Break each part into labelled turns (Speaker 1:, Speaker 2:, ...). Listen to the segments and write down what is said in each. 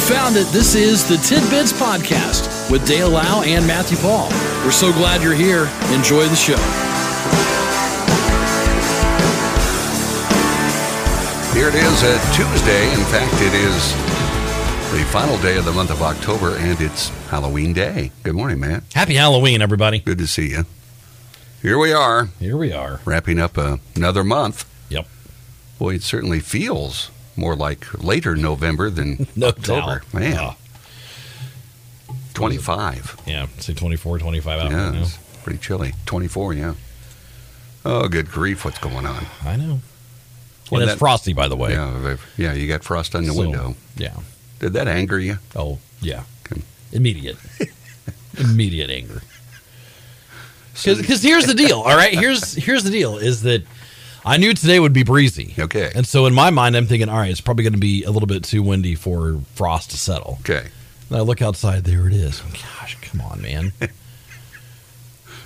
Speaker 1: found it. This is the Tidbits Podcast with Dale Lau and Matthew Paul. We're so glad you're here. Enjoy the show.
Speaker 2: Here it is, a Tuesday. In fact, it is the final day of the month of October, and it's Halloween Day. Good morning, Matt.
Speaker 3: Happy Halloween, everybody.
Speaker 2: Good to see you. Here we are,
Speaker 3: Here we are.
Speaker 2: wrapping up uh, another month.
Speaker 3: Yep.
Speaker 2: Boy, it certainly feels more like later November than
Speaker 3: No
Speaker 2: October.
Speaker 3: doubt.
Speaker 2: Man,
Speaker 3: Oh,
Speaker 2: 25.
Speaker 3: yeah, say 24, 25 hours.
Speaker 2: Yeah,
Speaker 3: now.
Speaker 2: it's pretty chilly. 24, yeah. Oh, good grief, what's going on?
Speaker 3: I know.
Speaker 2: Well,
Speaker 3: and it's
Speaker 2: that-
Speaker 3: frosty, by the way.
Speaker 2: Yeah, they've- yeah, you got frost on the
Speaker 3: So,
Speaker 2: window.
Speaker 3: Yeah.
Speaker 2: Did that anger you?
Speaker 3: Oh, yeah.
Speaker 2: Okay.
Speaker 3: Immediate. Immediate anger.
Speaker 2: So-
Speaker 3: Because here's the deal. All right. Here's here's the deal is that I knew today would be breezy.
Speaker 2: Okay.
Speaker 3: And so in my mind, I'm thinking, all right, it's probably going to be a little bit too windy for frost to settle.
Speaker 2: Okay.
Speaker 3: And I look outside, there it is. Gosh, come on, man.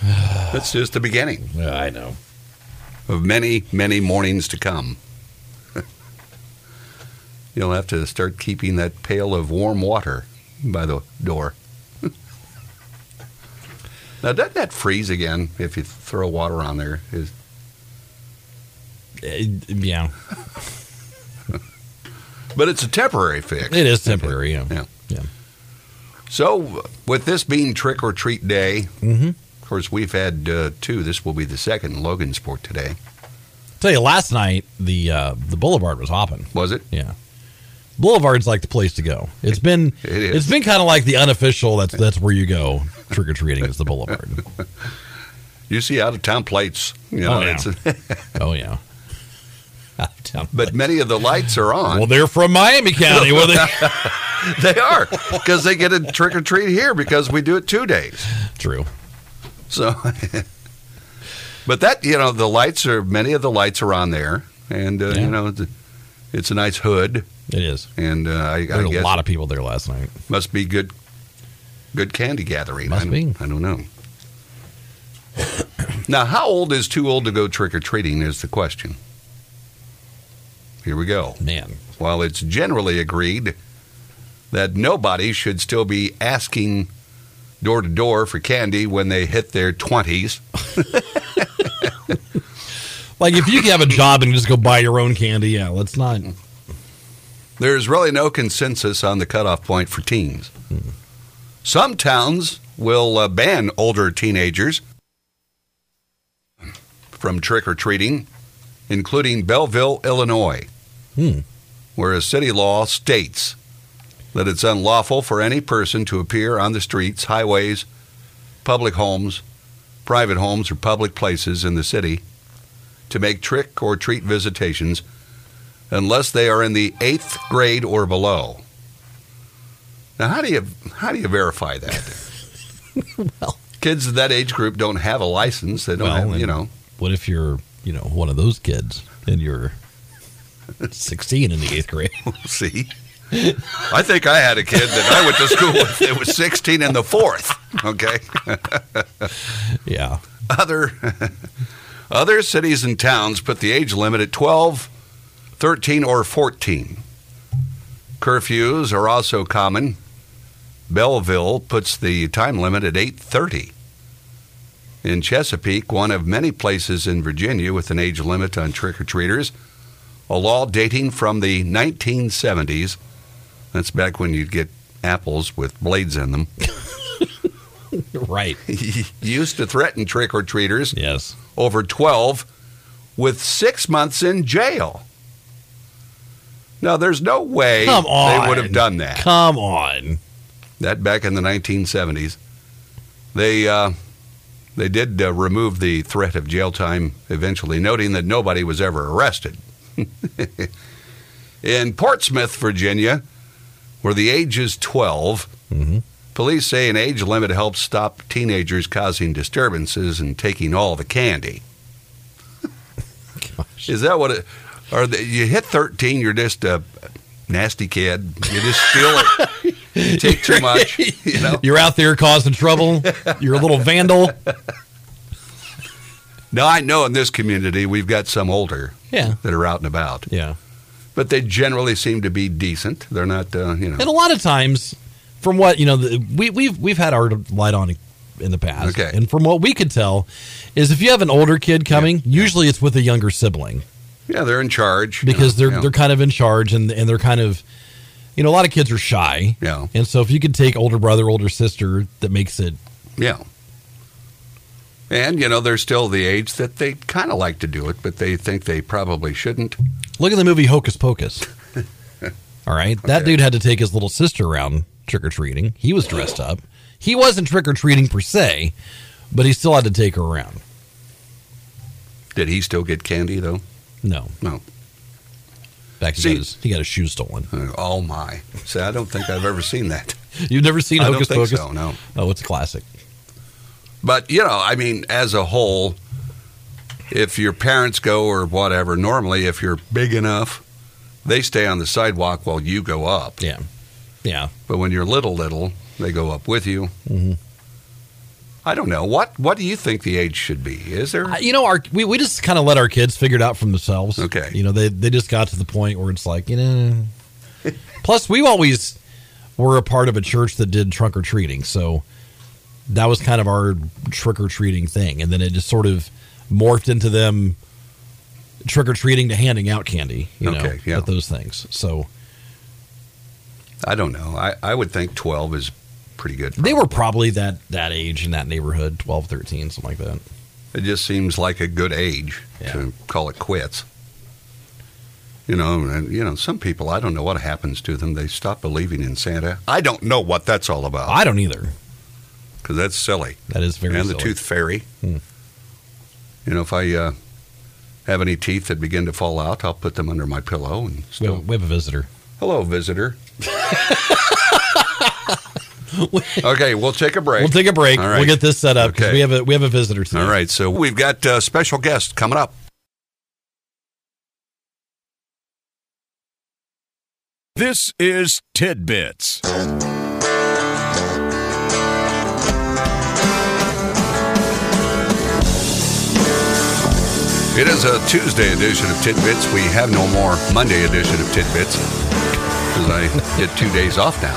Speaker 2: That's just the beginning
Speaker 3: Yeah, I know.
Speaker 2: of many, many mornings to come. You'll have to start keeping that pail of warm water by the door. now, doesn't that freeze again if you throw water on there? Is,
Speaker 3: Eh, yeah.
Speaker 2: but it's a temporary fix.
Speaker 3: It is temporary. Yeah.
Speaker 2: Yeah.
Speaker 3: Yeah.
Speaker 2: So, with this being trick or treat day,
Speaker 3: Mm-hmm.
Speaker 2: of course, we've had uh, two. This will be the second in Logansport today.
Speaker 3: Tell you, last night the uh, the Boulevard was hopping.
Speaker 2: Was it?
Speaker 3: Yeah, Boulevard's like the place to go. It's been
Speaker 2: It is.
Speaker 3: it's been kind of like the unofficial. That's that's where you go trick or treating is the Boulevard.
Speaker 2: You see out of town plates. You know,
Speaker 3: Oh, yeah.
Speaker 2: it's-
Speaker 3: oh yeah, Out of town.
Speaker 2: but many of the lights are on.
Speaker 3: well, they're from Miami County. Where they
Speaker 2: They are because they get a trick or treat here because we do it two days.
Speaker 3: true.
Speaker 2: So, but that you know the lights are many of the lights are on there, and uh,
Speaker 3: Yeah.
Speaker 2: you know it's- it's a nice hood,
Speaker 3: It is.
Speaker 2: and uh, I, I
Speaker 3: There were a
Speaker 2: guess
Speaker 3: lot of people there last night.
Speaker 2: must be good, good candy gathering.
Speaker 3: Must
Speaker 2: I
Speaker 3: be.
Speaker 2: don't, I don't know. now, how old is too old to go trick or treating is the question. Here we go.
Speaker 3: Man,
Speaker 2: While it's generally agreed that nobody should still be asking door to door for candy when they hit their 20s,
Speaker 3: like if you could have a job and just go buy your own candy, yeah, let's not.
Speaker 2: there's really no consensus on the cutoff point for teens. Some towns will uh, ban older teenagers from trick or treating, including Belleville, Illinois,
Speaker 3: Hmm.
Speaker 2: where a city law states that it's unlawful for any person to appear on the streets, highways, public homes, private homes, or public places in the city to make trick or treat visitations unless they are in the eighth grade or below. Now, how do you how do you verify that?
Speaker 3: Well.
Speaker 2: kids of that age group don't have a license. They don't
Speaker 3: Well,
Speaker 2: have, you
Speaker 3: and-
Speaker 2: know.
Speaker 3: What if you're you know one of those kids and you're 16 in the eighth grade?
Speaker 2: See, I think I had a kid that I went to school with that was 16 and the fourth. Okay.
Speaker 3: Yeah.
Speaker 2: Other other cities and towns put the age limit at 12, 13, or 14. Curfews are also common. Belleville puts the time limit at 8:30. In Chesapeake, one of many places in Virginia with an age limit on trick-or-treaters, a law dating from the 1970s. That's back when you'd get apples with blades in them.
Speaker 3: Right.
Speaker 2: used to threaten trick-or-treaters
Speaker 3: Yes.
Speaker 2: over 12 with six months in jail. Now, there's no way
Speaker 3: Come on.
Speaker 2: they would have done that.
Speaker 3: Come on.
Speaker 2: That back in the 1970s. They, uh, they did uh, remove the threat of jail time eventually, noting that nobody was ever arrested. in Portsmouth, Virginia, where the age is 12,
Speaker 3: Mm-hmm.
Speaker 2: Police say an age limit helps stop teenagers causing disturbances and taking all the candy.
Speaker 3: Gosh.
Speaker 2: Is that what it? Are the, you hit thirteen? You're just a nasty kid. You just steal it. You take too much. You know.
Speaker 3: You're out there causing trouble. You're a little vandal.
Speaker 2: Now I know in this community we've got some older
Speaker 3: Yeah.
Speaker 2: that are out and about.
Speaker 3: Yeah.
Speaker 2: but they generally seem to be decent. They're not, uh, you know.
Speaker 3: And a lot of times, from what you know, the, we we've we've had our light on in the past,
Speaker 2: Okay.
Speaker 3: and from what we could tell, is if you have an older kid coming, usually it's with a younger sibling
Speaker 2: Yeah, they're in charge you
Speaker 3: because
Speaker 2: know,
Speaker 3: they're
Speaker 2: yeah.
Speaker 3: they're kind of in charge and and they're kind of, you know, a lot of kids are shy,
Speaker 2: Yeah.
Speaker 3: and so if you could take older brother, older sister, that makes it
Speaker 2: Yeah. And, you know, they're still the age that they kind of like to do it, but they think they probably shouldn't.
Speaker 3: Look at the movie Hocus Pocus. All right. That
Speaker 2: Okay.
Speaker 3: dude had to take his little sister around trick or treating. He was dressed up. He wasn't trick or treating per se, but he still had to take her around.
Speaker 2: Did he still get candy, though?
Speaker 3: No.
Speaker 2: No.
Speaker 3: Back he,
Speaker 2: See-
Speaker 3: got his, he got his shoe stolen.
Speaker 2: Uh, oh, my. See, I don't think I've ever seen that.
Speaker 3: You've never seen
Speaker 2: I don't
Speaker 3: Hocus
Speaker 2: think
Speaker 3: Pocus?
Speaker 2: so, no.
Speaker 3: Oh, it's a classic.
Speaker 2: But, you know, I mean, as a whole, if your parents go or whatever, normally if you're big enough, they stay on the sidewalk while you go up.
Speaker 3: Yeah. Yeah.
Speaker 2: But when you're little, little, they go up with you.
Speaker 3: Mhm.
Speaker 2: I don't know. What What do you think the age should be? Is there?
Speaker 3: I- You know, our we, we just kind of let our kids figure it out from themselves.
Speaker 2: Okay.
Speaker 3: You know, they they just got to the point where it's like, you know. Plus, we always were a part of a church that did trunk or treating, so that was kind of our trick or treating thing, and then it just sort of morphed into them trick or treating to handing out candy. You know,
Speaker 2: Okay, yeah.
Speaker 3: at those things. So
Speaker 2: I don't know. I, I would think 12 is pretty good.
Speaker 3: they were probably that that age in that neighborhood, 12, 13, something like that.
Speaker 2: It just seems like a good age
Speaker 3: Yeah.
Speaker 2: to call it quits. You know, and you know, some people I don't know what happens to them. They stop believing in Santa. I don't know what that's all about
Speaker 3: I don't either.
Speaker 2: because that's silly.
Speaker 3: That is very
Speaker 2: and
Speaker 3: silly.
Speaker 2: the tooth fairy.
Speaker 3: Hmm.
Speaker 2: You know, if I uh, have any teeth that begin to fall out, I'll put them under my pillow and
Speaker 3: We
Speaker 2: still.
Speaker 3: have, we have a visitor.
Speaker 2: Hello, visitor. okay, we'll take a break.
Speaker 3: We'll take a break.
Speaker 2: All right.
Speaker 3: We'll get this set up because
Speaker 2: Okay.
Speaker 3: we have a we have a visitor today.
Speaker 2: All right, so we've got a special guest coming up.
Speaker 4: This is Tidbits.
Speaker 2: It is a Tuesday edition of Tidbits. We have no more Monday edition of Tidbits because I get two days off now.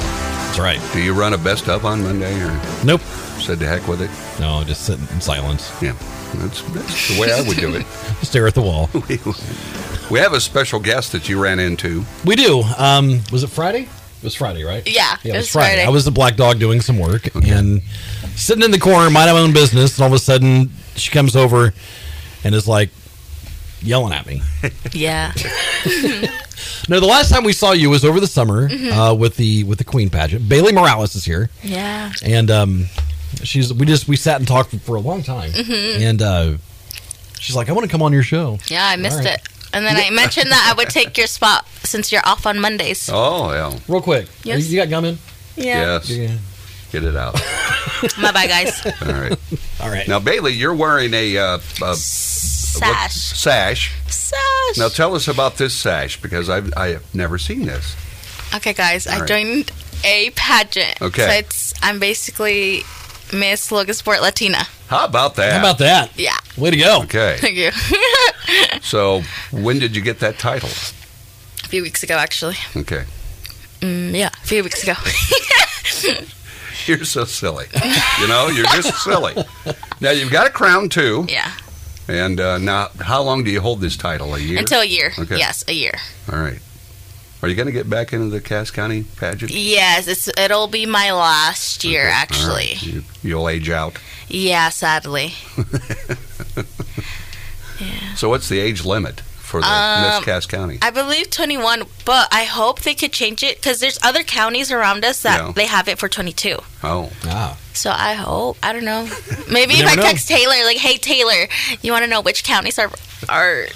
Speaker 3: That's right.
Speaker 2: Do you run a best of on Monday or
Speaker 3: Nope.
Speaker 2: said to heck with it?
Speaker 3: No, just sit in silence.
Speaker 2: Yeah, that's, that's the way I would do it.
Speaker 3: Stare at the wall.
Speaker 2: We have a special guest that you ran into.
Speaker 3: We do. Um, was it Friday? It was Friday, right?
Speaker 5: Yeah,
Speaker 3: it was Friday. I was the black dog doing some work and sitting in the corner, mind my own business, and all of a sudden she comes over and is like yelling at me.
Speaker 5: yeah.
Speaker 3: No, the last time we saw you was over the summer uh, with the with the Queen pageant. Bailey Morales is here.
Speaker 5: Yeah.
Speaker 3: and um, she's we just we sat and talked for, for a long time,
Speaker 5: Mm-hmm.
Speaker 3: and uh, she's like, "I want to come on your show."
Speaker 5: Yeah, I missed
Speaker 3: All right.
Speaker 5: it. And then I mentioned that I would take your spot since you're off on Mondays.
Speaker 2: Oh, yeah.
Speaker 3: Real quick,
Speaker 5: Yes.
Speaker 3: you, you got gum in?
Speaker 2: Yes. Get it out.
Speaker 5: My bye, guys.
Speaker 2: All right.
Speaker 3: All right.
Speaker 2: Now, Bailey, you're wearing a, uh, a what-
Speaker 5: Sash.
Speaker 2: sash.
Speaker 5: Sash.
Speaker 2: Now, tell us about this sash because I've, I have never seen this.
Speaker 5: Okay, guys, I
Speaker 2: All right.
Speaker 5: joined a pageant.
Speaker 2: Okay.
Speaker 5: So it's, I'm basically Miss Logansport Latina.
Speaker 2: How about that?
Speaker 3: How about that?
Speaker 5: Yeah.
Speaker 3: Way to go!
Speaker 2: Okay.
Speaker 5: Thank you.
Speaker 2: So, when did you get that title?
Speaker 5: a few weeks ago, actually.
Speaker 2: Okay.
Speaker 5: Mm, yeah, a few weeks ago.
Speaker 2: You're so silly. You know, you're just silly. Now, you've got a crown too.
Speaker 5: yeah.
Speaker 2: And uh, now, how long do you hold this title? A year?
Speaker 5: Until a year.
Speaker 2: Okay.
Speaker 5: Yes, a year.
Speaker 2: All right. Are you going to get back into the Cass County pageant?
Speaker 5: Yes, it's, it'll be my last year,
Speaker 2: Okay. All right.
Speaker 5: actually.
Speaker 2: You, you'll age out.
Speaker 5: Yeah, sadly.
Speaker 2: So, what's the age limit for the
Speaker 5: Um,
Speaker 2: Miss Cass County?
Speaker 5: I believe 21, but I hope they could change it because there's other counties around us that
Speaker 2: Yeah.
Speaker 5: they have it for 22.
Speaker 2: Oh,
Speaker 3: Ah,
Speaker 5: So I hope. I don't know. Maybe
Speaker 3: You
Speaker 5: if I
Speaker 3: never know.
Speaker 5: text Taylor, like, hey, Taylor, you want to know which counties are are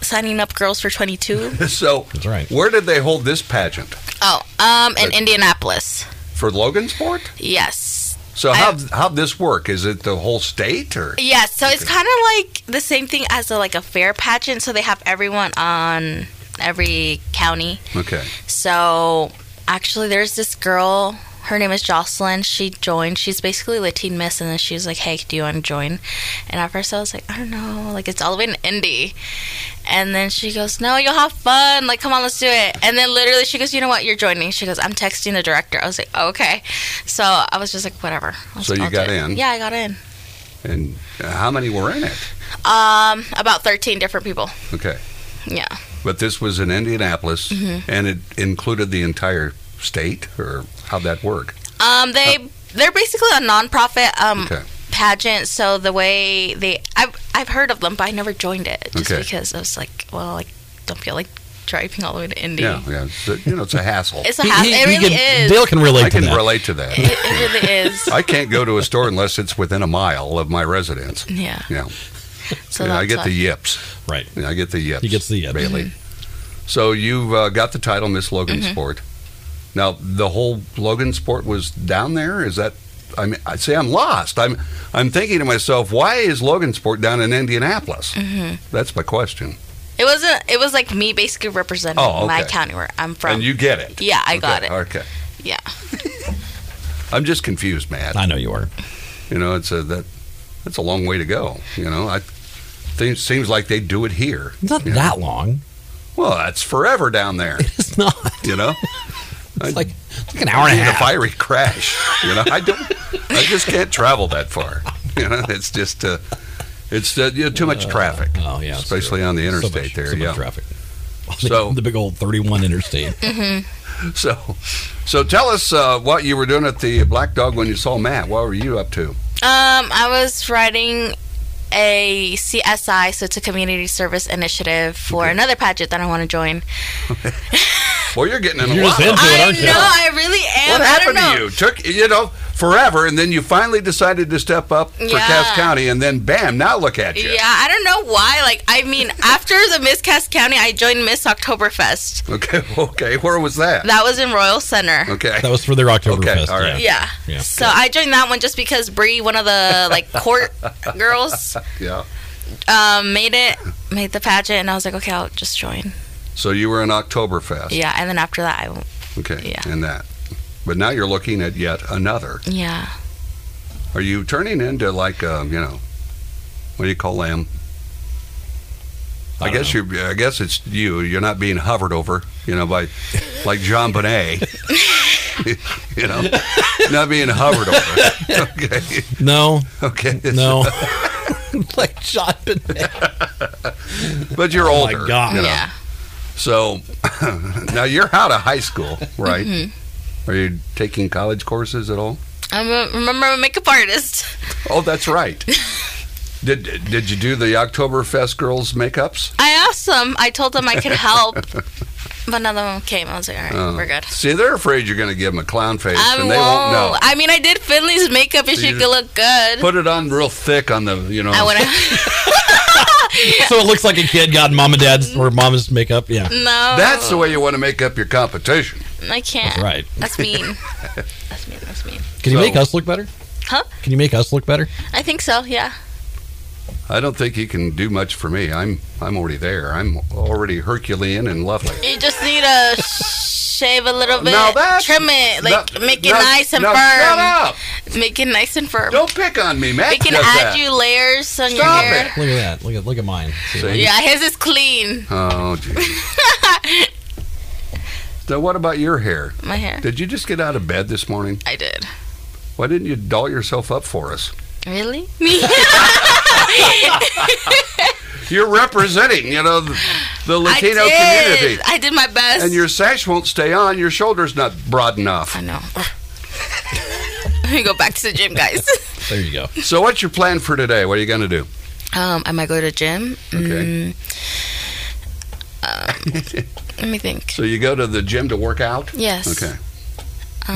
Speaker 5: signing up girls for 22?
Speaker 2: so
Speaker 3: That's right.
Speaker 2: Where did they hold this pageant
Speaker 5: oh, um, in Indianapolis.
Speaker 2: for Logansport?
Speaker 5: Yes.
Speaker 2: So
Speaker 5: I-
Speaker 2: how how this work? Is it the whole state or
Speaker 5: Yes. So it's kind of like the same thing as a, like a fair pageant. So they have everyone on every county.
Speaker 2: okay?
Speaker 5: So actually, there's this girl. Her name is Jocelyn. She joined. She's basically Latin Miss, and then she was like, "Hey, do you want to join?" And at first, I was like, "I don't know. Like, it's all the way in Indy." And then she goes, "No, you'll have fun. Like, come on, let's do it." And then literally, she goes, "You know what? You're joining." She goes, "I'm texting the director." I was like, "Okay." So I was just like, "Whatever." I was
Speaker 2: So
Speaker 5: like,
Speaker 2: you
Speaker 5: "I'll
Speaker 2: got
Speaker 5: do it."
Speaker 2: in.
Speaker 5: Yeah, I got in.
Speaker 2: And uh, how many were in it?
Speaker 5: Um, about 13 different people.
Speaker 2: Okay.
Speaker 5: Yeah.
Speaker 2: But this was in Indianapolis,
Speaker 5: Mm-hmm.
Speaker 2: and it included the entire state, or how'd that work?
Speaker 5: Um, they they're basically a nonprofit um
Speaker 2: Oh. Okay.
Speaker 5: pageant. So the way they I've I've heard of them, but I never joined it just
Speaker 2: Okay.
Speaker 5: because I was like, well, I don't feel like driving all the way to Indy.
Speaker 2: Yeah, yeah. It's a- you know, it's a hassle.
Speaker 5: It's a hassle. It really
Speaker 3: can,
Speaker 5: is.
Speaker 3: Dale can relate
Speaker 2: I
Speaker 3: to
Speaker 2: can
Speaker 3: that.
Speaker 2: relate to that.
Speaker 5: It, it really is.
Speaker 2: I can't go to a store unless it's within a mile of my residence.
Speaker 5: Yeah.
Speaker 2: Yeah,
Speaker 5: So
Speaker 2: Yeah, I
Speaker 5: that's
Speaker 2: get the
Speaker 5: why-
Speaker 2: yips.
Speaker 3: Right.
Speaker 2: Yeah, I get the yips.
Speaker 3: He gets the uh, yips.
Speaker 2: Bailey. So you've uh, got the title Miss Logan
Speaker 5: Mm-hmm.
Speaker 2: Sport. Now the whole Logan Sport was down there. Is that? I mean, I say I'm lost. I'm I'm thinking to myself, why is Logan Sport down in Indianapolis?
Speaker 5: Mm-hmm.
Speaker 2: That's my question.
Speaker 5: It wasn't. It was like me basically representing
Speaker 2: Oh, okay.
Speaker 5: my county where I'm from.
Speaker 2: And you get it.
Speaker 5: yeah, I got
Speaker 2: Okay,
Speaker 5: it.
Speaker 2: Okay.
Speaker 5: Yeah.
Speaker 2: I'm just confused, Matt.
Speaker 3: I know you are.
Speaker 2: You know, it's a that that's a long way to go. You know, I think seems like they do it here.
Speaker 3: It's not that long.
Speaker 2: Well, that's forever down there.
Speaker 3: It's not.
Speaker 2: You know,
Speaker 3: It's like, it's like an hour and a
Speaker 2: need a
Speaker 3: half.
Speaker 2: fiery crash. You know, I don't. I just can't travel that far. You know, it's just uh, it's uh, you know, too much traffic.
Speaker 3: Oh yeah, it's
Speaker 2: especially on the
Speaker 3: so much-
Speaker 2: interstate there.
Speaker 3: So much
Speaker 2: yeah.
Speaker 3: traffic.
Speaker 2: So-
Speaker 3: So the big old 31 interstate.
Speaker 2: So, so tell us uh, what you were doing at the Black Dog when you saw Matt. What were you up to?
Speaker 5: Um, I was writing a CSI, so it's a community service initiative for another pageant that I want to join.
Speaker 2: Well, you're getting in a
Speaker 3: You're
Speaker 2: lot.
Speaker 3: just
Speaker 2: of-
Speaker 3: into it,
Speaker 5: I
Speaker 3: aren't you?
Speaker 5: know, I really am.
Speaker 2: What happened
Speaker 5: I don't know.
Speaker 2: to you? Took you know forever, and then you finally decided to step up for
Speaker 5: Yeah.
Speaker 2: Cass County, and then bam! Now look at you.
Speaker 5: Yeah, I don't know why. Like, I mean, after the Miss Cass County, I joined Miss Oktoberfest.
Speaker 2: Okay. Okay. Where was that?
Speaker 5: That was in Royal Center.
Speaker 2: okay.
Speaker 3: That was for their October
Speaker 2: Okay,
Speaker 3: Fest.
Speaker 2: all right.
Speaker 5: Yeah.
Speaker 3: Yeah.
Speaker 5: So I joined that one just because Bree, one of the like court girls,
Speaker 2: yeah.
Speaker 5: um, made it, made the pageant, and I was like, okay, I'll just join.
Speaker 2: So you were in Oktoberfest.
Speaker 5: Yeah. And then after that, I,
Speaker 2: Okay.
Speaker 5: Yeah.
Speaker 2: And that. But now you're looking at yet another.
Speaker 5: yeah.
Speaker 2: Are you turning into like um, you know, what do you call lamb? I,
Speaker 3: don't
Speaker 2: guess
Speaker 3: know.
Speaker 2: you. I guess it's you. You're not being hovered over, you know, by like John Bonet. you know, not being hovered over. okay.
Speaker 3: No,
Speaker 2: Okay.
Speaker 3: no. like John Bonet.
Speaker 2: But you're
Speaker 3: Oh my
Speaker 2: older.
Speaker 3: God.
Speaker 2: you know.
Speaker 5: Yeah.
Speaker 2: So now you're out of high school, right? Are you taking college courses at all?
Speaker 5: I'm a, remember, I'm a makeup artist.
Speaker 2: Oh, that's right. did did you do the Oktoberfest girls makeups?
Speaker 5: I asked them. I told them I could help, but none of them came. I was like, all right,
Speaker 2: Oh.
Speaker 5: we're good.
Speaker 2: See, they're afraid you're going to give them a clown face,
Speaker 5: I
Speaker 2: and they won't know.
Speaker 5: I mean, I did Finley's makeup, and
Speaker 2: So
Speaker 5: she
Speaker 2: you
Speaker 5: could look good.
Speaker 2: Put it on real thick on the, you know.
Speaker 5: I went.
Speaker 3: So it looks like a kid got mom and dad's or mom's makeup. Yeah.
Speaker 5: no,
Speaker 2: That's the way you want to make up your competition.
Speaker 5: I can't.
Speaker 3: That's right.
Speaker 5: That's mean. that's mean. That's mean.
Speaker 3: Can you
Speaker 2: So-
Speaker 3: make us look better?
Speaker 5: Huh?
Speaker 3: Can you make us look better?
Speaker 5: I think so. Yeah.
Speaker 2: I don't think he can do much for me. I'm I'm already there. I'm already Herculean and lovely.
Speaker 5: You just need to shave a little bit,
Speaker 2: Now that's-
Speaker 5: trim it, like
Speaker 2: No,
Speaker 5: make it
Speaker 2: no,
Speaker 5: nice and
Speaker 2: no, Shut
Speaker 5: firm.
Speaker 2: up!
Speaker 5: Make it nice and firm.
Speaker 2: Don't pick on me, Matt.
Speaker 5: we can
Speaker 2: does
Speaker 5: add
Speaker 2: that.
Speaker 5: you layers on
Speaker 2: Stop
Speaker 5: your hair.
Speaker 2: it.
Speaker 3: Look at that. Look at look at mine. See,
Speaker 2: See?
Speaker 5: Yeah, his is clean.
Speaker 2: Oh, geez. so, what about your hair?
Speaker 5: My hair.
Speaker 2: Did you just get out of bed this morning?
Speaker 5: I did.
Speaker 2: Why didn't you doll yourself up for us?
Speaker 5: Really?
Speaker 2: You're representing, you know, the, the Latino
Speaker 5: I did.
Speaker 2: community.
Speaker 5: I did my best.
Speaker 2: And your sash won't stay on. Your shoulder's not broad enough.
Speaker 5: I know. we go back to the gym, guys.
Speaker 3: There you go.
Speaker 2: So, what's your plan for today? What are you going to do?
Speaker 5: um, I might go to gym.
Speaker 2: Okay.
Speaker 5: Mm, um, let me think.
Speaker 2: So, you go to the gym to work out?
Speaker 5: Yes. Uh,
Speaker 2: Okay.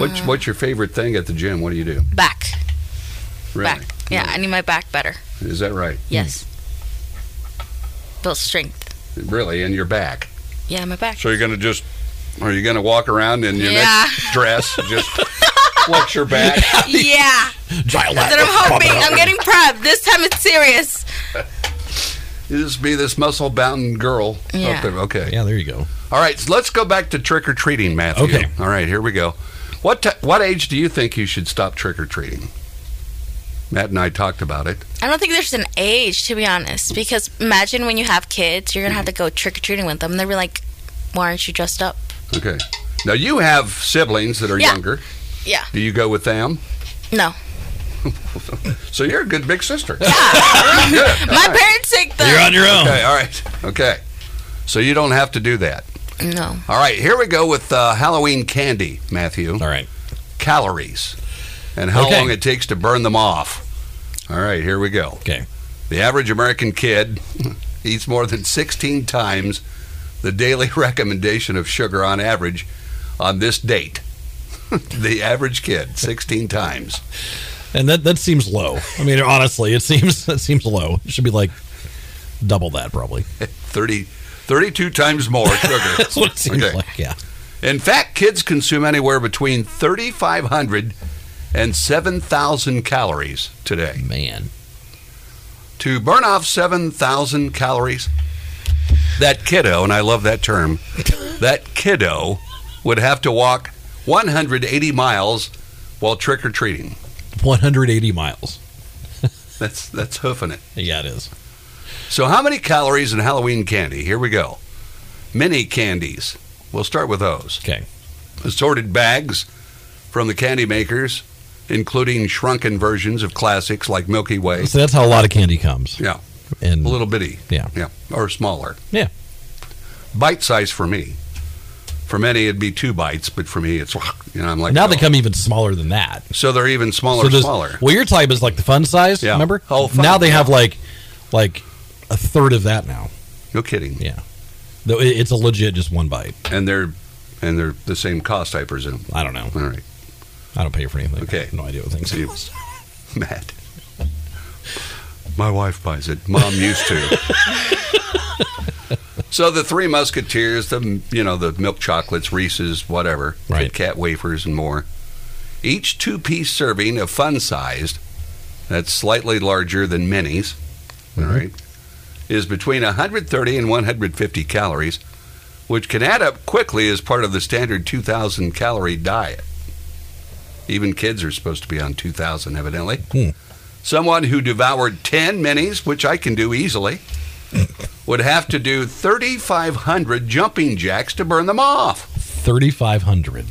Speaker 2: What's, what's your favorite thing at the gym? What do you do?
Speaker 5: Back.
Speaker 2: Really? Hmm.
Speaker 5: Back. Yeah, I need my back better.
Speaker 2: Is that right?
Speaker 5: Yes. Build strength.
Speaker 2: Really? And your back?
Speaker 5: Yeah, my back.
Speaker 2: So you're gonna just, are you gonna walk around in your
Speaker 5: Yeah.
Speaker 2: next dress, just flex your back?
Speaker 5: Yeah.
Speaker 3: Gile
Speaker 5: That's what I'm hoping. I'm getting prepped. This time it's serious.
Speaker 2: You just be this muscle bound girl. up
Speaker 5: Yeah.
Speaker 2: there. Okay.
Speaker 3: Yeah, there you go.
Speaker 2: All right. So let's go back to trick or treating, Matthew.
Speaker 3: Okay.
Speaker 2: All right. Here we go. What ti what age do you think you should stop trick or treating? Matt and I talked about it.
Speaker 5: I don't think there's an age, to be honest, because imagine when you have kids, you're gonna have to go trick or treating with them. They'll be like, "Why aren't you dressed up?"
Speaker 2: Okay. Now you have siblings that are
Speaker 5: Yeah.
Speaker 2: younger.
Speaker 5: Yeah.
Speaker 2: Do you go with them?
Speaker 5: No,
Speaker 2: So you're a good big sister.
Speaker 5: my parents take them.
Speaker 3: You're on your own.
Speaker 2: Okay. All right. Okay. So you don't have to do that.
Speaker 5: No,
Speaker 2: All right. Here we go with uh, Halloween candy, Matthew.
Speaker 3: All right.
Speaker 2: Calories and how
Speaker 3: Okay.
Speaker 2: long it takes to burn them off. All right. Here we go.
Speaker 3: Okay.
Speaker 2: The average American kid eats more than 16 times the daily recommendation of sugar on average on this date. the average kid, 16 times.
Speaker 3: And that that seems low. I mean, honestly, it seems that seems low. It should be like double that probably.
Speaker 2: 30, 32 times more sugar.
Speaker 3: That's what it seems
Speaker 2: Okay.
Speaker 3: like. Yeah.
Speaker 2: In fact, kids consume anywhere between 3,500 and 7,000 calories today.
Speaker 3: Man.
Speaker 2: To burn off 7,000 calories, that kiddo, and I love that term, that kiddo would have to walk 180 miles while trick or treating.
Speaker 3: 180 miles.
Speaker 2: That's that's hoofing it.
Speaker 3: Yeah, it is.
Speaker 2: So how many calories in Halloween candy? Here we go. Mini candies. We'll start with those.
Speaker 3: Okay.
Speaker 2: assorted bags from the candy makers, including shrunken versions of classics like Milky Way.
Speaker 3: So that's how a lot of candy comes.
Speaker 2: Yeah,
Speaker 3: And
Speaker 2: a little bitty.
Speaker 3: Yeah.
Speaker 2: Yeah, or smaller.
Speaker 3: Yeah.
Speaker 2: Bite size for me. For many, it'd be two bites, but for me, it's, you know, I'm like.
Speaker 3: now they
Speaker 2: oh.
Speaker 3: come even smaller than that.
Speaker 2: So they're even smaller,
Speaker 3: there's-
Speaker 2: smaller.
Speaker 3: Well, your type is like the fun size.
Speaker 2: Yeah.
Speaker 3: Remember?
Speaker 2: Oh, fun,
Speaker 3: now they
Speaker 2: yeah.
Speaker 3: have like like a third of that now.
Speaker 2: No kidding.
Speaker 3: Yeah. Though it- it's a legit just one bite.
Speaker 2: And they're, and they're the same cost, I presume.
Speaker 3: I don't know.
Speaker 2: All right,
Speaker 3: I don't pay for anything.
Speaker 2: Okay.
Speaker 3: I have no idea what things
Speaker 2: So
Speaker 3: are.
Speaker 2: you- Matt. My wife buys it. Mom used to. so the Three Musketeers, the you know the milk chocolates, Reese's, whatever,
Speaker 3: Right.
Speaker 2: Kit Kat wafers, and more. Each two-piece serving of fun-sized, that's slightly larger than minis. all right, is between 130 and 150 calories, which can add up quickly as part of the standard 2,000 calorie diet. Even kids are supposed to be on 2,000, evidently.
Speaker 3: Hmm.
Speaker 2: Someone who devoured 10 minis, which I can do easily, would have to do 3,500 jumping jacks to burn them off.
Speaker 3: 3,500.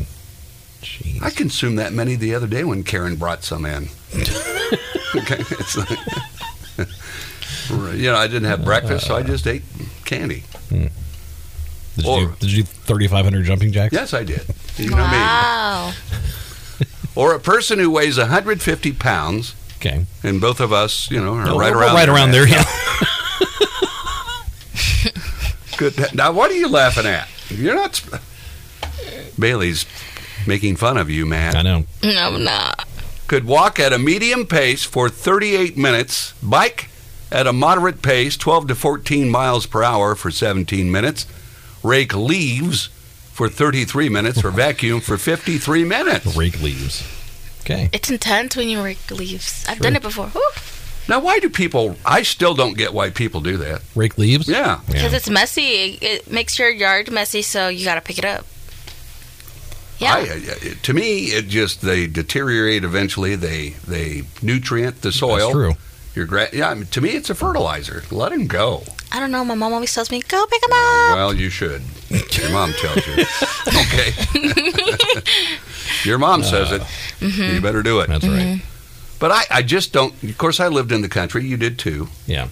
Speaker 3: Jeez.
Speaker 2: I consumed that many the other day when Karen brought some in. okay, it's like, Right, you know, I didn't have breakfast, so I just ate candy.
Speaker 3: Did you,
Speaker 2: Or-
Speaker 3: do- did you do 3,500 jumping jacks?
Speaker 2: Yes, I did. You know me.
Speaker 5: wow.
Speaker 2: Or a person who weighs 150 pounds,
Speaker 3: Okay.
Speaker 2: and both of us, you know, are right
Speaker 3: We're
Speaker 2: around
Speaker 3: right around there. Yeah.
Speaker 2: Good. Now, what are you laughing at? You're not. sp- Bailey's making fun of you,
Speaker 3: I
Speaker 2: Matt.
Speaker 3: know.
Speaker 5: No, I'm not.
Speaker 2: Could walk at a medium pace for 38 minutes, bike at a moderate pace, 12 to 14 miles per hour for 17 minutes, rake leaves for 33 minutes, or vacuum for 53 minutes.
Speaker 3: Rake leaves. Okay.
Speaker 5: It's intense when you rake leaves. I've done it before.
Speaker 2: Now, why do people? I still don't get why people do that.
Speaker 3: Rake leaves?
Speaker 2: Yeah.
Speaker 5: Because
Speaker 3: Yeah.
Speaker 5: it's messy. It, it makes your yard messy, so you gotta pick it up. Yeah.
Speaker 2: I, I- to me, it just they deteriorate eventually. They they nutrient the soil.
Speaker 3: That's true.
Speaker 2: Your gra- yeah, I mean, to me, it's a fertilizer. Let him go.
Speaker 5: I don't know. My mom always tells me, "Go pick 'em up."
Speaker 2: Well, you should. Your mom tells you. okay. Your mom says it. You better do it.
Speaker 3: Mm-hmm. That's right.
Speaker 5: Mm-hmm.
Speaker 2: But I, I just don't. Of course, I lived in the country. You did too.
Speaker 3: Yeah.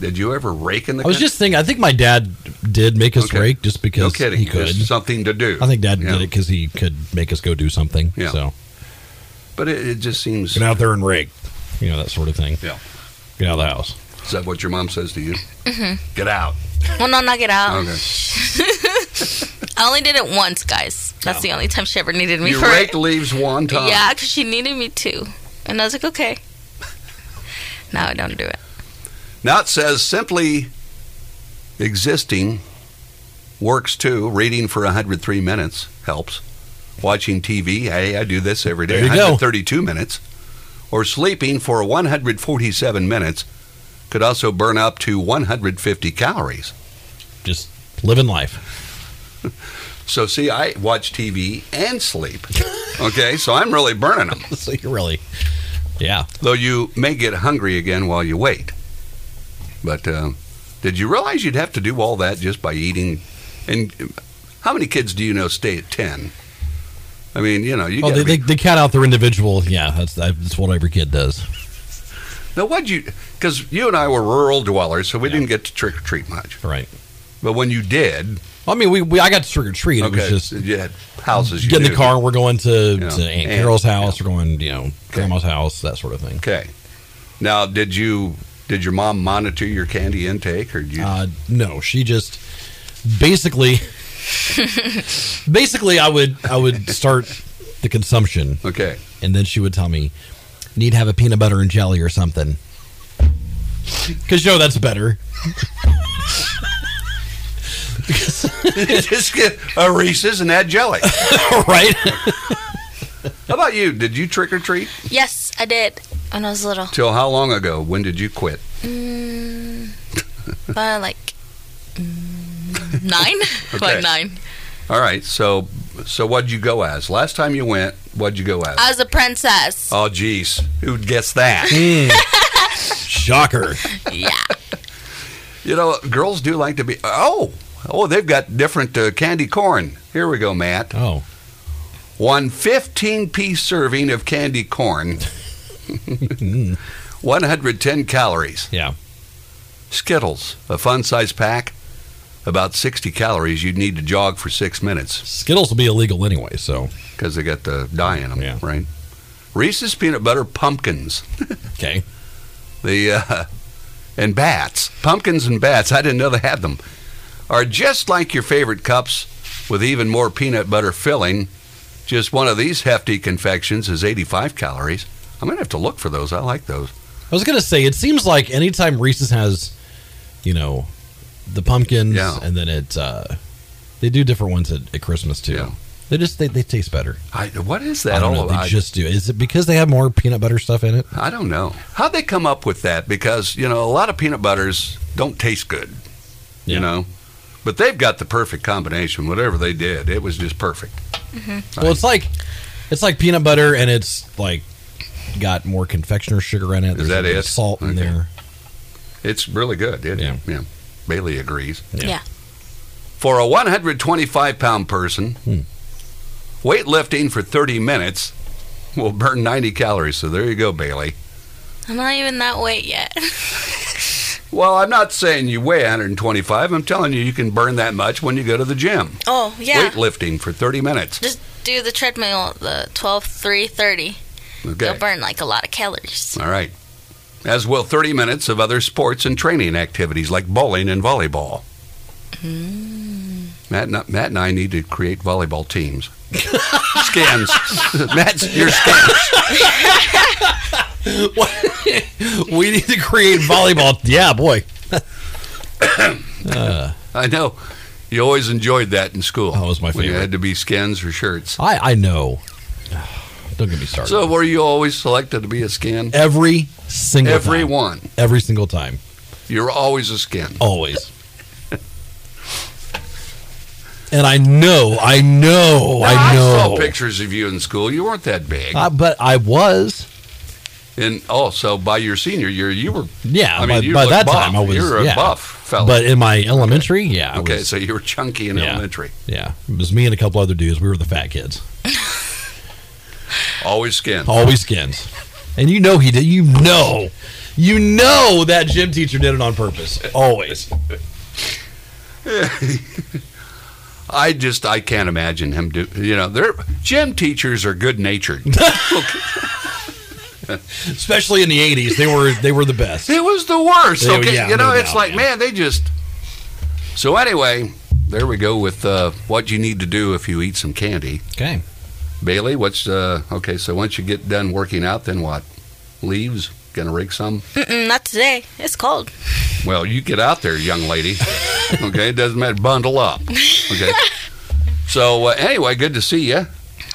Speaker 2: Did you ever rake in the
Speaker 3: I was
Speaker 2: country?
Speaker 3: just thinking, I think my dad did make us
Speaker 2: Okay.
Speaker 3: rake just because
Speaker 2: no kidding.
Speaker 3: he could.
Speaker 2: Just something to do.
Speaker 3: I think dad
Speaker 2: Yeah.
Speaker 3: did it because he could make us go do something.
Speaker 2: Yeah.
Speaker 3: So
Speaker 2: But it, it just seems.
Speaker 3: get out there and rake. You know, that sort of thing.
Speaker 2: Yeah.
Speaker 3: Get out of the house.
Speaker 2: Is that what your mom says to you?
Speaker 3: Mm-hmm.
Speaker 2: Get out.
Speaker 5: Well, no, knock it
Speaker 3: Oh.
Speaker 5: out.
Speaker 2: Okay.
Speaker 5: I only did it once, guys. That's the only time she ever needed me
Speaker 2: You
Speaker 5: for
Speaker 2: raked
Speaker 5: it.
Speaker 2: leaves one time.
Speaker 5: Yeah, because she needed me to, and I was like, okay. now I don't do it.
Speaker 2: Now it says simply existing works too. Reading for 103 minutes helps. Watching TV, hey, I do this every day.
Speaker 3: There you go.
Speaker 2: 132 minutes. Or sleeping for 147 minutes could also burn up to 150 calories.
Speaker 3: Just living life.
Speaker 2: So see, I watch TV and sleep. Okay, so I'm really burning them.
Speaker 3: So you really, yeah.
Speaker 2: Though you may get hungry again while you wait. But uh, did you realize you'd have to do all that just by eating? And how many kids do you know stay at ten? I mean, you know, you
Speaker 3: Oh,
Speaker 2: gotta
Speaker 3: they,
Speaker 2: be
Speaker 3: they, they count out their individual. Yeah, that's that's what every kid does.
Speaker 2: Now, why'd you? Because you and I were rural dwellers, so we didn't get to trick or treat much.
Speaker 3: Right.
Speaker 2: But when you did,
Speaker 3: I mean, we, we I got trick or treat. It
Speaker 2: okay,
Speaker 3: was just
Speaker 2: you had houses. You
Speaker 3: get in the
Speaker 2: knew.
Speaker 3: car. We're going to,
Speaker 2: Yeah.
Speaker 3: to Aunt
Speaker 2: And-
Speaker 3: Carol's house. We're going, you know, Grandma's house. That sort of thing.
Speaker 2: Okay. Now, did you? Did your mom monitor your candy intake, or did you?
Speaker 3: Uh, no, she just basically, basically, I would I would start the consumption,
Speaker 2: okay.
Speaker 3: and then she would tell me, "Need to have a peanut butter and jelly or something," because you know that's better.
Speaker 2: just get a Reese's and add jelly.
Speaker 3: right?
Speaker 2: How about you? Did you trick or treat?
Speaker 5: Yes, I did when I was little.
Speaker 2: Till how long ago? When did you quit?
Speaker 5: Mm, but like mm, nine,
Speaker 2: Okay.
Speaker 5: like nine.
Speaker 2: All right. So, so what'd you go as? Last time you went, what'd you go as?
Speaker 5: I was a princess.
Speaker 2: oh, geez, who'd guess that?
Speaker 3: Shocker.
Speaker 5: Yeah,
Speaker 2: You know, girls do like to be. Oh, oh, they've got different uh, candy corn. Here we go, Matt.
Speaker 3: Oh,
Speaker 2: One 15 piece serving of candy corn, 110 calories.
Speaker 3: yeah.
Speaker 2: Skittles, a fun size pack, about 60 calories. You'd need to jog for six minutes
Speaker 3: Skittles will be illegal anyway, so
Speaker 2: because they got the dye in them,
Speaker 3: Yeah.
Speaker 2: right? Reese's peanut butter pumpkins,
Speaker 3: okay.
Speaker 2: the uh, and bats, pumpkins and bats. I didn't know they had them. Are just like your favorite cups with even more peanut butter filling. Just one of these hefty confections is 85 calories. I'm gonna have to look for those. I like those.
Speaker 3: I was gonna say it seems like anytime Reese's has, you know, the pumpkins,
Speaker 2: Yeah.
Speaker 3: and then it uh, they do different ones at, at Christmas too.
Speaker 2: Yeah.
Speaker 3: They just they, they taste better.
Speaker 2: I, what is
Speaker 3: I
Speaker 2: that Oh,
Speaker 3: don't
Speaker 2: all
Speaker 3: know. They
Speaker 2: about?
Speaker 3: just do. Is it because they have more peanut butter stuff in it?
Speaker 2: I don't know. How'd they come up with that? Because, you know, a lot of peanut butters don't taste good,
Speaker 3: Yeah.
Speaker 2: you know? But they've got the perfect combination. Whatever they did, it was just perfect.
Speaker 3: Well, it's like it's like peanut butter, and it's like got more confectioner sugar in it. There's
Speaker 2: that
Speaker 3: a bit of
Speaker 2: it?
Speaker 3: Salt in
Speaker 2: Okay.
Speaker 3: there.
Speaker 2: It's really good. It,
Speaker 3: Yeah.
Speaker 2: yeah. Bailey agrees.
Speaker 3: Yeah.
Speaker 5: yeah.
Speaker 2: For a 125 pound person,
Speaker 3: Hmm.
Speaker 2: weightlifting for 30 minutes will burn 90 calories. So there you go, Bailey.
Speaker 5: I'm not even that weight yet.
Speaker 2: Well, I'm not saying you weigh 125. I'm telling you, you can burn that much when you go to the gym.
Speaker 5: oh yeah.
Speaker 2: Weightlifting for 30 minutes.
Speaker 5: Just do the treadmill, the 12, 3, 30.
Speaker 2: Okay.
Speaker 5: You'll burn like a lot of calories.
Speaker 2: All right. As will 30 minutes of other sports and training activities like bowling and volleyball. Matt, and, Matt and I need to create volleyball teams. Skins. Matt's your skin.
Speaker 3: we need to create volleyball. yeah, boy.
Speaker 2: I know. You always enjoyed that in school.
Speaker 3: That was my
Speaker 2: When you
Speaker 3: favorite.
Speaker 2: had to be skins or shirts.
Speaker 3: I I know. Don't get me started.
Speaker 2: So were you always selected to be a skin?
Speaker 3: every single
Speaker 2: Every
Speaker 3: time.
Speaker 2: one.
Speaker 3: every single time.
Speaker 2: You're always a skin.
Speaker 3: Always. and I know, I know, Oh, I know.
Speaker 2: saw pictures of you in school. You weren't that big.
Speaker 3: Uh, but I was.
Speaker 2: and also, by your senior year, you were.
Speaker 3: Yeah,
Speaker 2: I mean,
Speaker 3: by,
Speaker 2: you
Speaker 3: by
Speaker 2: look
Speaker 3: that
Speaker 2: buff.
Speaker 3: time I was.
Speaker 2: You were a
Speaker 3: yeah.
Speaker 2: buff fella.
Speaker 3: But in my elementary, yeah, I
Speaker 2: Okay,
Speaker 3: was,
Speaker 2: so you were chunky in
Speaker 3: Yeah.
Speaker 2: elementary.
Speaker 3: yeah, it was me and a couple other dudes. We were the fat kids,
Speaker 2: Always skin.
Speaker 3: always skins. And you know he did. You know, you know that gym teacher did it on purpose. Always.
Speaker 2: I just I can't imagine him do. You know, they're gym teachers are good natured.
Speaker 3: Especially in the '80s, they were they were the best.
Speaker 2: it was the worst.
Speaker 3: They-
Speaker 2: okay,
Speaker 3: Oh, yeah,
Speaker 2: you know,
Speaker 3: no
Speaker 2: it's
Speaker 3: doubt,
Speaker 2: like
Speaker 3: man.
Speaker 2: man, they just. So anyway, there we go with uh, what you need to do if you eat some candy,
Speaker 3: Okay.
Speaker 2: Bailey. What's uh, okay? So once you get done working out, then what? Leaves. Gonna rig some.
Speaker 5: Mm-mm, Mm, not today. It's cold.
Speaker 2: Well, you get out there, young lady. Okay, it doesn't matter. Bundle up. Okay. So uh, anyway, good to see you.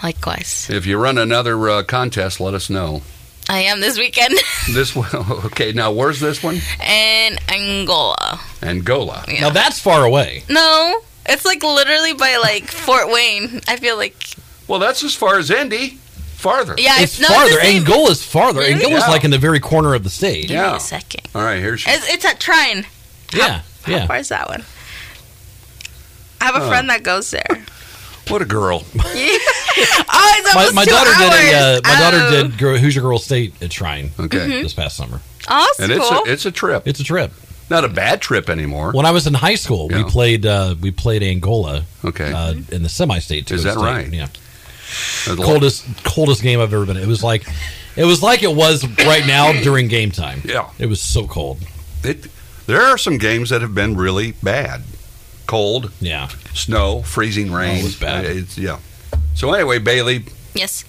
Speaker 5: Likewise.
Speaker 2: If you run another uh, contest, let us know.
Speaker 5: I am this weekend
Speaker 2: This one, okay. Now, where's this one?
Speaker 5: in Angola.
Speaker 2: Angola.
Speaker 5: Yeah.
Speaker 3: Now that's far away.
Speaker 5: No, It's like literally by like Fort Wayne. I feel like
Speaker 2: Well, that's as far as Indy. Farther.
Speaker 5: yeah,
Speaker 3: It's
Speaker 5: no,
Speaker 3: farther.
Speaker 5: It's the same-
Speaker 3: Angola's farther.
Speaker 5: Really?
Speaker 3: Angola's
Speaker 2: Yeah.
Speaker 3: like in the very corner of the state.
Speaker 5: Give me
Speaker 2: Yeah.
Speaker 5: a second.
Speaker 2: All right, here's
Speaker 5: It's, it's at Trine.
Speaker 3: Yeah.
Speaker 5: How
Speaker 3: yeah.
Speaker 5: far is that one? I have a friend that goes there.
Speaker 2: what a girl.
Speaker 5: Oh, it's
Speaker 3: My,
Speaker 5: almost
Speaker 3: my
Speaker 5: two
Speaker 3: daughter
Speaker 5: hours.
Speaker 3: did a uh, my
Speaker 5: Oh. Mm-hmm.
Speaker 3: daughter did Gr- Hoosier Girl State at Shrine
Speaker 2: Okay,
Speaker 3: this past summer.
Speaker 5: Oh, that's
Speaker 2: and it's
Speaker 5: cool.
Speaker 2: a, it's a trip.
Speaker 3: It's a trip.
Speaker 2: Not a bad trip anymore.
Speaker 3: When I was in high school,
Speaker 2: Yeah.
Speaker 3: we played uh, we played Angola
Speaker 2: Okay,
Speaker 3: uh, in the semi-state. to
Speaker 2: Is
Speaker 3: go
Speaker 2: that
Speaker 3: state.
Speaker 2: right?
Speaker 3: Yeah.
Speaker 2: There's a lot-
Speaker 3: coldest coldest game I've ever been. in. It was like it was like it was right now during game time.
Speaker 2: Yeah.
Speaker 3: It was so cold.
Speaker 2: It, there are some games that have been really bad. Cold,
Speaker 3: Yeah.
Speaker 2: snow, freezing rain.
Speaker 3: Oh, it was bad.
Speaker 2: Uh, It's, yeah. So anyway, Bailey,
Speaker 5: yes.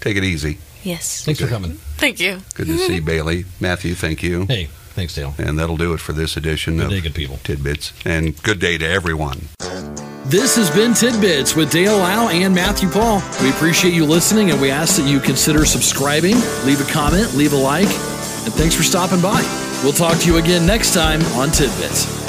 Speaker 2: take it easy.
Speaker 5: Yes.
Speaker 3: Thanks for coming.
Speaker 5: Thank you.
Speaker 2: Good to see Bailey. Matthew, thank you.
Speaker 3: Hey, thanks Dale.
Speaker 2: And that'll do it for this edition
Speaker 3: Good
Speaker 2: of
Speaker 3: day, good people.
Speaker 2: Tidbits. And good day to everyone.
Speaker 1: This has been Tidbits with Dale Lau and Matthew Paul. We appreciate you listening and we ask that you consider subscribing, leave a comment, leave a like, and thanks for stopping by. We'll talk to you again next time on Tidbits.